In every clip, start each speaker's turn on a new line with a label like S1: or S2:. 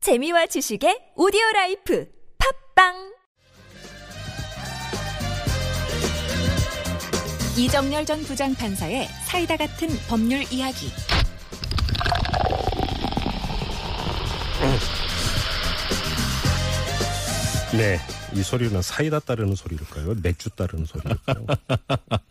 S1: 재미와 지식의 오디오 라이프 팝빵
S2: 이정열 전 부장판사의 사이다 같은 법률 이야기.
S3: 네. 이 소리는 사이다 따르는 소리일까요? 맥주 따르는 소리일까요?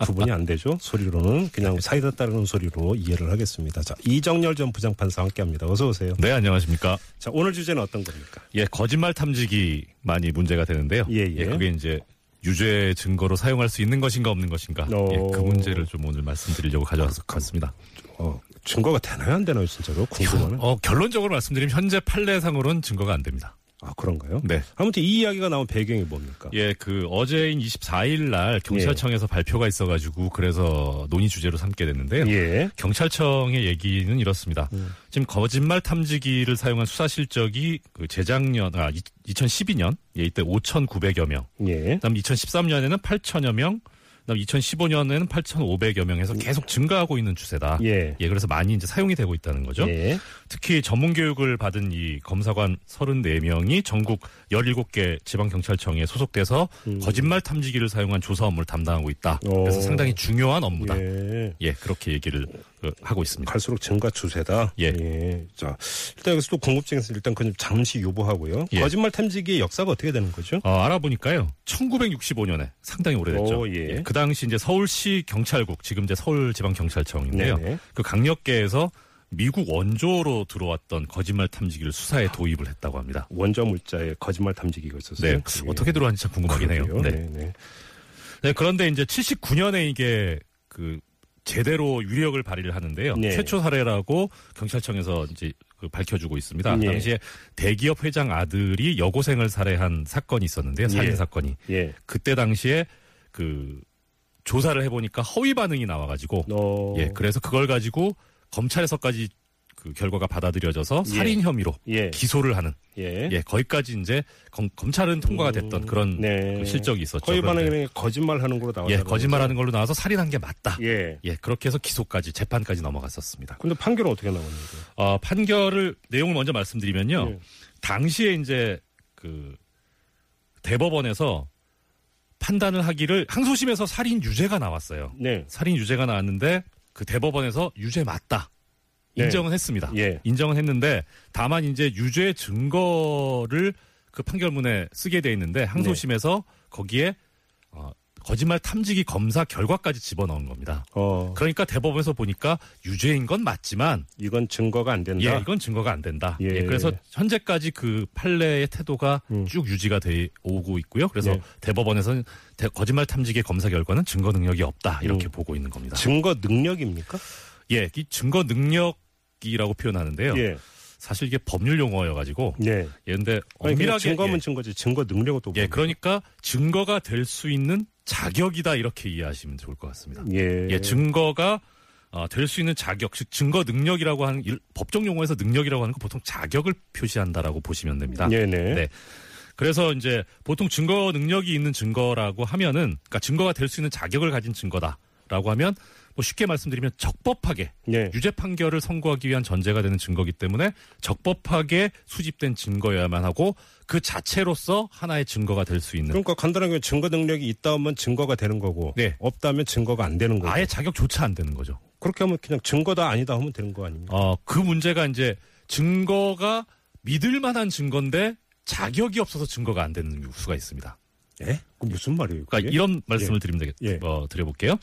S3: 구분이 안 되죠? 소리로는 그냥 사이다 따르는 소리로 이해를 하겠습니다. 자, 이정열 전 부장판사와 함께 합니다. 어서오세요.
S4: 네, 안녕하십니까.
S3: 자, 오늘 주제는 어떤 겁니까?
S4: 예, 거짓말 탐지기 많이 문제가 되는데요.
S3: 예, 예.
S4: 그게 이제 유죄 증거로 사용할 수 있는 것인가 없는 것인가.
S3: 오.
S4: 예, 그 문제를 좀 오늘 말씀드리려고 가져왔습니다.
S3: 어, 증거가 되나요? 안 되나요? 진짜로? 궁금하네.
S4: 어, 결론적으로 말씀드리면 현재 판례상으로는 증거가 안 됩니다.
S3: 아, 그런가요?
S4: 네.
S3: 아무튼 이 이야기가 나온 배경이 뭡니까?
S4: 예, 그 어제인 24일 날
S3: 예.
S4: 경찰청에서 발표가 있어가지고 그래서 논의 주제로 삼게 됐는데요.
S3: 예.
S4: 경찰청의 얘기는 이렇습니다. 지금 거짓말 탐지기를 사용한 수사 실적이 그 재작년 아 2012년 예 이때 5,900여 명,
S3: 예.
S4: 그다음 2013년에는 8,000여 명, 그다음 2015년에는 8,500여 명에서 계속 증가하고 있는 추세다.
S3: 예.
S4: 그래서 많이 이제 사용이 되고 있다는 거죠.
S3: 예.
S4: 특히 전문 교육을 받은 이 검사관 34명이 전국 17개 지방 경찰청에 소속돼서 거짓말 탐지기를 사용한 조사 업무를 담당하고 있다.
S3: 음. 오.
S4: 그래서 상당히 중요한 업무다.
S3: 예.
S4: 예, 그렇게 얘기를 어, 하고 있습니다.
S3: 갈수록 증가 추세다.
S4: 예.
S3: 자, 일단 여기서 또 궁금증에서 일단 그건 좀 잠시 유보하고요.
S4: 예.
S3: 거짓말 탐지기의 역사가 어떻게 되는 거죠?
S4: 어, 알아보니까요. 1965년에 상당히 오래됐죠.
S3: 오, 예.
S4: 그 당시 이제 서울시 경찰국, 지금 이제 서울지방경찰청인데요.
S3: 네네.
S4: 그 강력계에서 미국 원조로 들어왔던 거짓말 탐지기를 수사에 도입을 했다고 합니다.
S3: 원자 물자의 거짓말 탐지기가 있었어요.
S4: 네. 어떻게 들어왔는지 참 궁금하긴 해요.
S3: 그러게요.
S4: 네.
S3: 네. 네.
S4: 네, 그런데 이제 79년에 이게 그 제대로 유력을 발휘를 하는데요.
S3: 네.
S4: 최초 사례라고 경찰청에서 이제 그 밝혀주고 있습니다.
S3: 예.
S4: 당시에 대기업 회장 아들이 여고생을 살해한 사건이 있었는데요. 살인
S3: 예.
S4: 사건이.
S3: 예.
S4: 그때 당시에 그 조사를 해보니까 허위 반응이 나와가지고
S3: 어.
S4: 예 그래서 그걸 가지고 검찰에서까지 그 결과가 받아들여져서
S3: 예.
S4: 살인 혐의로
S3: 예.
S4: 기소를 하는
S3: 예. 음,
S4: 예 거기까지 이제 검, 검찰은 통과가 됐던 그런
S3: 네.
S4: 그 실적이 있었죠.
S3: 거의
S4: 그런데
S3: 반응이 거짓말 하는 걸로 나왔다.
S4: 네. 예 거짓말하는 걸로 나와서 살인한 게 맞다. 예.
S3: 예.
S4: 그렇게 해서 기소까지 재판까지 넘어갔었습니다.
S3: 근데 판결은 어떻게 나왔는데?
S4: 어, 판결을 내용을 먼저 말씀드리면요.
S3: 예.
S4: 당시에 이제 그 대법원에서 판단을 하기를 항소심에서 살인 유죄가 나왔어요.
S3: 네.
S4: 살인 유죄가 나왔는데 그 대법원에서 유죄 맞다.
S3: 네.
S4: 인정은 했습니다.
S3: 예.
S4: 인정은 했는데 다만 이제 유죄 증거를 그 판결문에 쓰게 돼 있는데 항소심에서 거기에 어, 거짓말 탐지기 검사 결과까지 집어넣은 겁니다.
S3: 어.
S4: 그러니까 대법원에서 보니까 유죄인 건 맞지만
S3: 이건 증거가 안 된다.
S4: 예, 이건 증거가 안 된다.
S3: 예.
S4: 예, 그래서 현재까지 그 판례의 태도가 쭉 유지가 돼 오고 있고요. 그래서
S3: 음. 예.
S4: 대법원에서는 대- 거짓말 탐지기 검사 결과는 증거 능력이 없다
S3: 음.
S4: 이렇게 보고 있는 겁니다.
S3: 증거 능력입니까?
S4: 예, 이 증거 능력이라고 표현하는데요.
S3: 예.
S4: 사실 이게 법률 용어여가지고
S3: 네.
S4: 예, 근데
S3: 아니, 그냥
S4: 엄밀하게
S3: 증거면
S4: 예,
S3: 증거지 증거 능력은 또
S4: 예,
S3: 뭡니까?
S4: 그러니까 증거가 될 수 있는 자격이다 이렇게 이해하시면 좋을 것 같습니다.
S3: 예.
S4: 예, 증거가 어, 될 수 있는 자격, 즉 증거 능력이라고 하는 일- 법정 용어에서 능력이라고 하는 건 보통 자격을 표시한다라고 보시면 됩니다.
S3: 네네.
S4: 네. 그래서 이제 보통 증거 능력이 있는 증거라고 하면은 그러니까 증거가 될 수 있는 자격을 가진 증거다라고 하면 뭐 쉽게 말씀드리면 적법하게
S3: 네.
S4: 유죄 판결을 선고하기 위한 전제가 되는 증거기 때문에 적법하게 수집된 증거여야만 하고 그 자체로서 하나의 증거가 될 수 있는
S3: 그러니까 간단하게 증거 능력이 있다면 증거가 되는 거고
S4: 네.
S3: 없다면 증거가 안 되는 거고
S4: 아예 자격조차 안 되는 거죠.
S3: 그렇게 하면 그냥 증거다 아니다 하면 되는 거 아닙니까?
S4: 어, 그 문제가 이제 증거가 믿을 만한 증거인데 자격이 없어서 증거가 안 되는 수가 있습니다.
S3: 예? 그 무슨 말이에요?
S4: 그러니까
S3: 그게?
S4: 이런 말씀을 드리면 되겠,
S3: 예.
S4: 어, 드려볼게요.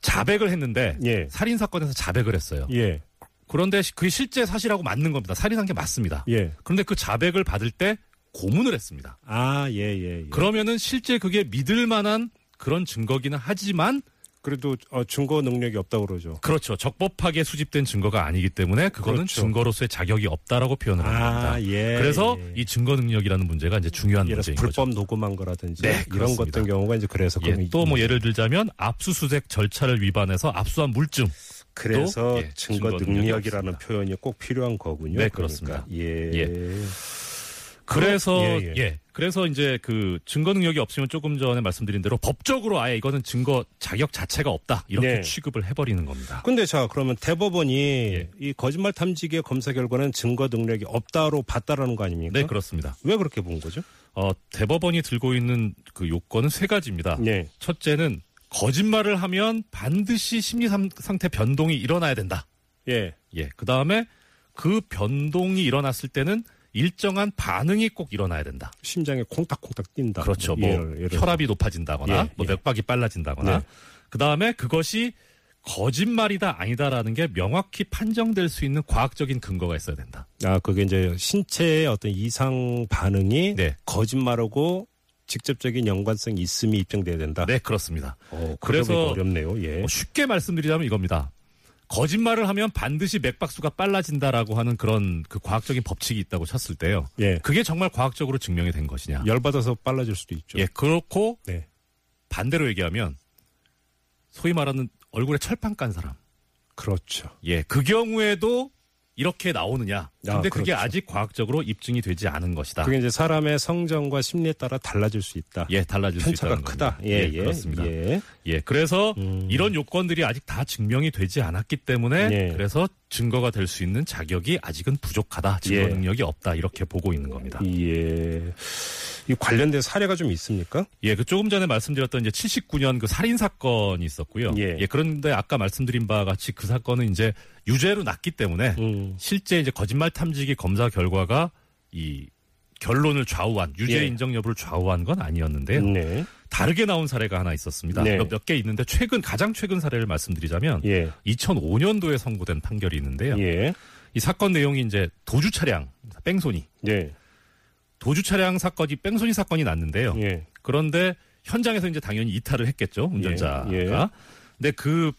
S4: 자백을 했는데
S3: 예.
S4: 살인 사건에서 자백을 했어요.
S3: 예.
S4: 그런데 시- 그게 실제 사실하고 맞는 겁니다. 살인한 게 맞습니다.
S3: 예.
S4: 그런데 그 자백을 받을 때 고문을 했습니다.
S3: 아, 예, 예, 예.
S4: 그러면은 실제 그게 믿을 만한 그런 증거기는 하지만
S3: 그래도 어, 증거 능력이 없다고 그러죠.
S4: 그렇죠. 적법하게 수집된 증거가 아니기 때문에 그거는
S3: 그렇죠.
S4: 증거로서의 자격이 없다라고 표현을 합니다.
S3: 예.
S4: 그래서
S3: 예.
S4: 이 증거 능력이라는 문제가 이제 중요한
S3: 예를 들어서
S4: 문제인 거죠.
S3: 불법 녹음한 거라든지
S4: 네,
S3: 이런 것
S4: 그렇습니다.
S3: 같은 경우가 이제 그래서 그럼
S4: 또 뭐 예를 들자면 압수수색 절차를 위반해서 압수한 물증.
S3: 그래서
S4: 또, 예,
S3: 증거
S4: 증거 능력이
S3: 능력이라는
S4: 없습니다.
S3: 표현이 꼭 필요한 그러니까. 거군요.
S4: 네, 그렇습니다.
S3: 그러니까. 예.
S4: 예. 그래서
S3: 예, 예.
S4: 예, 그래서 이제 그 증거 능력이 없으면 조금 전에 말씀드린 대로 법적으로 아예 이거는 증거 자격 자체가 없다 이렇게
S3: 네. 그러니까?
S4: 취급을 해버리는 겁니다.
S3: 근데 자 그러면 대법원이
S4: 예.
S3: 이 거짓말 탐지기의 검사 결과는 증거 능력이 없다로 봤다라는 거 아닙니까?
S4: 네 그렇습니다.
S3: 왜 그렇게 본 거죠?
S4: 어, 대법원이 들고 있는 그 요건은 세 가지입니다.
S3: 네.
S4: 첫째는 거짓말을 하면 반드시 심리 상- 상태 변동이 일어나야 된다.
S3: 예.
S4: 예. 그 다음에 그 변동이 일어났을 때는 일정한 반응이 꼭 일어나야 된다.
S3: 심장에 콩닥콩닥 뛴다.
S4: 그렇죠. 뭐
S3: 아, 예를- 예를-
S4: 혈압이 높아진다거나
S3: 예,
S4: 뭐
S3: 예.
S4: 맥박이 빨라진다거나
S3: 네.
S4: 그 다음에 그것이 거짓말이다 아니다라는 게 명확히 판정될 수 있는 과학적인 근거가 있어야 된다.
S3: 아 그게 이제 신체의 어떤 이상 반응이
S4: 네.
S3: 거짓말하고 직접적인 연관성이 있음이 입증돼야 된다.
S4: 네 그렇습니다.
S3: 어,
S4: 그래서-
S3: 그래서 어렵네요. 아. 예.
S4: 뭐 쉽게 말씀드리자면 이겁니다. 거짓말을 하면 반드시 맥박수가 빨라진다라고 하는 그런 그 과학적인 법칙이 있다고 쳤을 때요.
S3: 예.
S4: 그게 정말 과학적으로 증명이 된 것이냐.
S3: 열받아서 빨라질 수도 있죠.
S4: 예, 그렇고
S3: 네.
S4: 반대로 얘기하면 소위 말하는 얼굴에 철판 깐 사람.
S3: 그렇죠.
S4: 예, 그 경우에도 이렇게 나오느냐. 근데 그게
S3: 그렇죠.
S4: 아직 과학적으로 입증이 되지 않은 것이다.
S3: 그게 이제 사람의 성정과 심리에 따라 달라질 수 있다.
S4: 아. 예, 달라질 수
S3: 편차가
S4: 있다는
S3: 크다.
S4: 겁니다.
S3: 예, 예.
S4: 그렇습니다. 예,
S3: 예.
S4: 그래서
S3: 음.
S4: 이런 요건들이 아직 다 증명이 되지 않았기 때문에
S3: 예.
S4: 그래서 증거가 될 수 있는 자격이 아직은 부족하다. 증거
S3: 예.
S4: 능력이 없다. 이렇게 보고 있는 겁니다.
S3: 예. 이 관련된 사례가 좀 있습니까?
S4: 예, 그 조금 전에 말씀드렸던 이제 79년 그 살인 사건이 있었고요.
S3: 예.
S4: 그런데 아까 말씀드린 바와 같이 그 사건은 이제 유죄로 났기 때문에
S3: 음.
S4: 실제 이제 거짓말 탐지기 검사 결과가 이 결론을 좌우한 유죄
S3: 예.
S4: 인정 여부를 좌우한 건 아니었는데요.
S3: 네.
S4: 다르게 나온 사례가 하나 있었습니다.
S3: 네.
S4: 몇 개 있는데 최근 가장 최근 사례를 말씀드리자면
S3: 예.
S4: 2005년도에 선고된 판결이 있는데요.
S3: 예.
S4: 이 사건 내용이 이제 도주 차량 뺑소니
S3: 예.
S4: 도주 차량 사건이 뺑소니 사건이 났는데요.
S3: 예.
S4: 그런데 현장에서 이제 당연히 이탈을 했겠죠 운전자가.
S3: 예, 예.
S4: 근데 그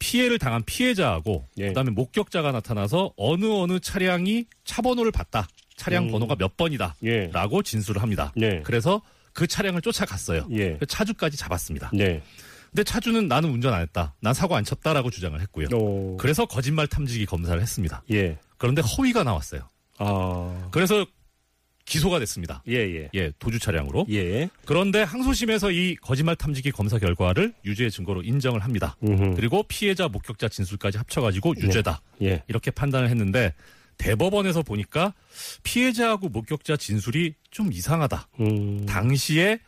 S4: 피해를 당한 피해자하고
S3: 예.
S4: 그다음에 목격자가 나타나서 어느 어느 차량이 차 번호를 봤다. 차량
S3: 음.
S4: 번호가 몇 번이다라고
S3: 예.
S4: 진술을 합니다.
S3: 예.
S4: 아. 그래서 그 차량을 쫓아갔어요.
S3: 예.
S4: 그 차주까지 잡았습니다.
S3: 네.
S4: 근데 차주는 나는 운전 안 했다. 난 사고 안 쳤다라고 주장을 했고요.
S3: 오.
S4: 예. 그래서 거짓말 탐지기 검사를 했습니다.
S3: 어. 예.
S4: 그런데 허위가 나왔어요.
S3: 아.
S4: 그래서 기소가 됐습니다.
S3: 예, 예.
S4: 예, 도주 차량으로.
S3: 예.
S4: 그런데 항소심에서 이 거짓말 탐지기 검사 결과를 유죄의 증거로 인정을 합니다.
S3: 음흠.
S4: 그리고 피해자 목격자 진술까지 합쳐가지고 유죄다
S3: 예.
S4: 이렇게 판단을 했는데 대법원에서 보니까 피해자하고 목격자 진술이 좀 이상하다.
S3: 음.
S4: 당시에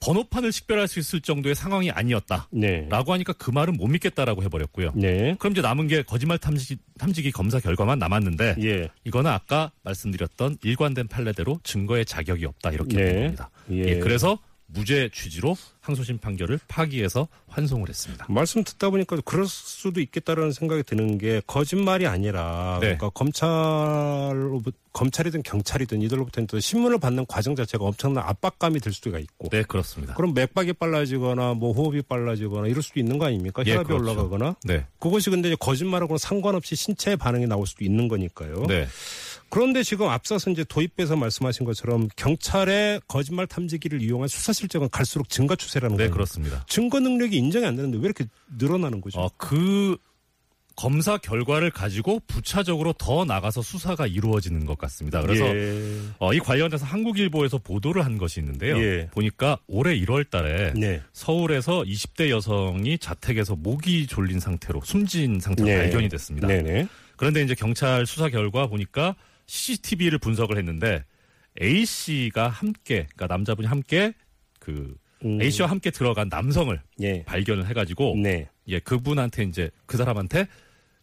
S4: 번호판을 식별할 수 있을 정도의 상황이 아니었다라고
S3: 네.
S4: 하니까 그 말은 못 믿겠다라고 해버렸고요.
S3: 네.
S4: 그럼 이제 남은 게 거짓말 탐지기, 탐지기 검사 결과만 남았는데
S3: 예.
S4: 이거는 아까 말씀드렸던 일관된 판례대로 증거의 자격이 없다 이렇게
S3: 네.
S4: 된 겁니다.
S3: 예.
S4: 예, 그래서 무죄 취지로 항소심 판결을 파기해서 환송을 했습니다.
S3: 말씀 듣다 보니까 그럴 수도 있겠다라는 생각이 드는 게 거짓말이 아니라
S4: 네.
S3: 그러니까 검찰로 검찰이든 경찰이든 이들로부터 또 신문을 받는 과정 자체가 엄청난 압박감이 들 수가 있고
S4: 네, 그렇습니다.
S3: 그럼 맥박이 빨라지거나 뭐 호흡이 빨라지거나 이럴 수도 있는 거 아닙니까?
S4: 예,
S3: 혈압이
S4: 그렇죠.
S3: 올라가거나
S4: 네.
S3: 그것이 근데 이제 거짓말하고는 상관없이 신체의 반응이 나올 수도 있는 거니까요.
S4: 네.
S3: 그런데 지금 앞서서 이제 도입돼서 말씀하신 것처럼 경찰의 거짓말 탐지기를 이용한 수사 실적은 갈수록 증가 추세라는
S4: 네,
S3: 거예요.
S4: 그렇습니다.
S3: 증거 능력이 인정이 안 되는데 왜 이렇게 늘어나는 거죠?
S4: 어, 그 검사 결과를 가지고 부차적으로 더 나가서 수사가 이루어지는 것 같습니다. 그래서
S3: 예.
S4: 어, 이 관련해서 한국일보에서 보도를 한 것이 있는데요.
S3: 예.
S4: 보니까 올해 1월 달에
S3: 네.
S4: 서울에서 20대 여성이 자택에서 목이 졸린 상태로 숨진 상태로
S3: 네.
S4: 발견이 됐습니다.
S3: 네네.
S4: 그런데 이제 경찰 수사 결과 보니까 CCTV를 분석을 했는데 A 씨가 함께 그러니까 남자분이 함께 그
S3: 음.
S4: A 씨와 함께 들어간 남성을
S3: 예.
S4: 발견을 해가지고
S3: 네.
S4: 예 그분한테 이제 그 사람한테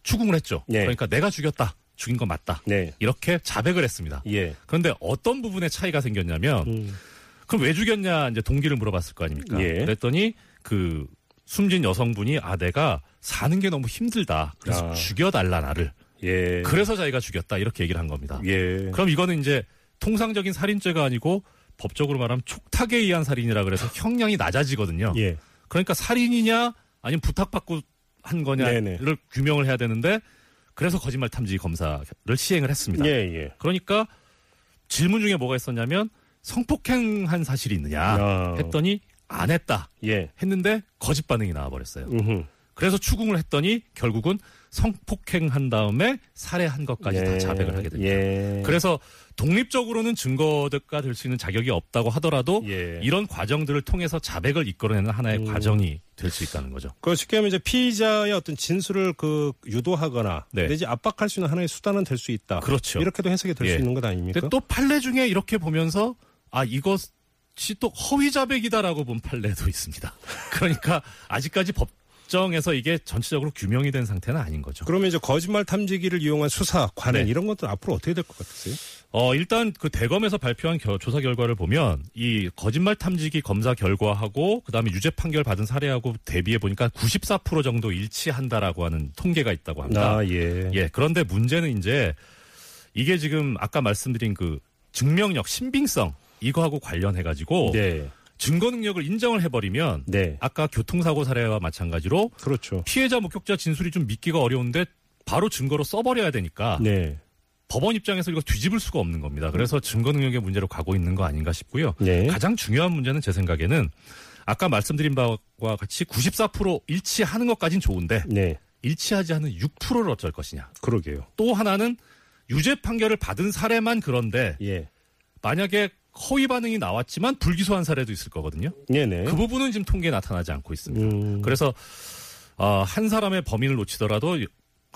S4: 추궁을 했죠.
S3: 네.
S4: 그러니까 내가 죽였다, 죽인 건 맞다
S3: 네.
S4: 이렇게 자백을 했습니다.
S3: 예.
S4: 그런데 어떤 부분에 차이가 생겼냐면
S3: 음.
S4: 그럼 왜 죽였냐 이제 동기를 물어봤을 거 아닙니까?
S3: 예.
S4: 그랬더니 그 숨진 여성분이 아 내가 사는 게 너무 힘들다. 그래서
S3: 아.
S4: 죽여달라 나를.
S3: 예.
S4: 그래서 자기가 죽였다 이렇게 얘기를 한 겁니다.
S3: 예.
S4: 그럼 이거는 이제 통상적인 살인죄가 아니고 법적으로 말하면 촉탁에 의한 살인이라 그래서 형량이 낮아지거든요.
S3: 아. 예.
S4: 그러니까 살인이냐 아니면 부탁받고 한 거냐를
S3: 네네.
S4: 규명을 해야 되는데 그래서 거짓말 탐지 검사를 시행을 했습니다.
S3: 예. 예.
S4: 그러니까 질문 중에 뭐가 있었냐면 성폭행한 사실이 있느냐
S3: 야.
S4: 했더니 안 했다
S3: 예.
S4: 했는데 거짓 반응이 나와버렸어요.
S3: 음흠.
S4: 그래서 추궁을 했더니 결국은 성폭행한 다음에 살해한 것까지 다 자백을 하게 됩니다.
S3: 예.
S4: 그래서 독립적으로는 증거가 될 수 있는 자격이 없다고 하더라도
S3: 예. 음.
S4: 이런 과정들을 통해서 자백을 이끌어내는 하나의 과정이 될 수 있다는 거죠.
S3: 그 쉽게 하면 이제 피의자의 어떤 진술을 그 유도하거나
S4: 네.
S3: 내지 압박할 수 있는 하나의 수단은 될 수 있다.
S4: 그렇죠.
S3: 아, 이렇게도 해석이 될 수
S4: 예.
S3: 있는 것
S4: 근데
S3: 아닙니까?
S4: 또 판례 중에 이렇게 보면서 아 이것이 또 허위 자백이다라고 본 판례도 있습니다. 그러니까 아직까지 법정에서 이게 전체적으로 규명이 된 상태는 아닌 거죠.
S3: 그러면 이제 거짓말 탐지기를 이용한 수사 관행
S4: 네.
S3: 이런 것도 앞으로 어떻게 될 것 같으세요?
S4: 어, 일단 그 대검에서 발표한 겨- 조사 결과를 보면 이 거짓말 탐지기 검사 결과하고 그다음에 유죄 판결 받은 사례하고 대비해 보니까 94% 정도 일치한다라고 하는 통계가 있다고 합니다.
S3: 예.
S4: 예. 그런데 문제는 이제 이게 지금 아까 말씀드린 그 증명력, 신빙성 이거하고 관련해 가지고
S3: 네.
S4: 증거 능력을 인정을 해 버리면
S3: 네.
S4: 아까 교통사고 사례와 마찬가지로
S3: 그렇죠.
S4: 피해자 목격자 진술이 좀 믿기가 어려운데 바로 증거로 써버려야 되니까
S3: 네.
S4: 법원 입장에서 이거 뒤집을 수가 없는 겁니다. 그래서 증거 능력의 문제로 가고 있는 거 아닌가 싶고요.
S3: 네.
S4: 가장 중요한 문제는 제 생각에는 아까 말씀드린 바와 같이 94% 일치하는 것까진 좋은데
S3: 네.
S4: 일치하지 않은 6%를 어쩔 것이냐.
S3: 그러게요.
S4: 또 하나는 유죄 판결을 받은 사례만 그런데
S3: 예.
S4: 만약에 허위 반응이 나왔지만 불기소한 사례도 있을 거거든요.
S3: 네네.
S4: 그 부분은 지금 통계에 나타나지 않고 있습니다.
S3: 예? 음.
S4: 그래서 어, 한 사람의 범인을 놓치더라도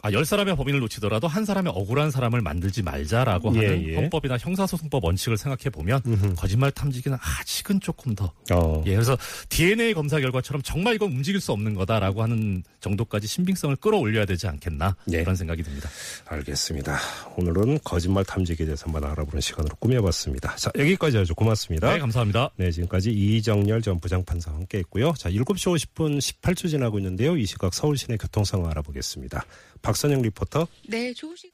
S4: 아, 열 사람의 범인을 놓치더라도 한 사람의 억울한 사람을 만들지 말자라고
S3: 예,
S4: 하는
S3: 예.
S4: 헌법이나 형사소송법 원칙을 생각해 보면 거짓말 탐지기는 아직은 조금 더
S3: 어.
S4: 예, 그래서 DNA 검사 결과처럼 정말 이건 움직일 수 없는 거다라고 하는 정도까지 신빙성을 끌어올려야 되지 않겠나
S3: 예.
S4: 그런 생각이 듭니다.
S3: 알겠습니다. 오늘은 거짓말 탐지기에 대해서 한번 알아보는 시간으로 꾸며봤습니다. 자, 여기까지 하죠. 고맙습니다.
S4: 네, 감사합니다.
S3: 네, 지금까지 이정열 전 부장판사와 함께 했고요. 자, 7시 50분 18초 지나고 있는데요. 이 시각 서울 시내 교통 상황 알아보겠습니다. 박선영 리포터.
S5: 네, 좋으시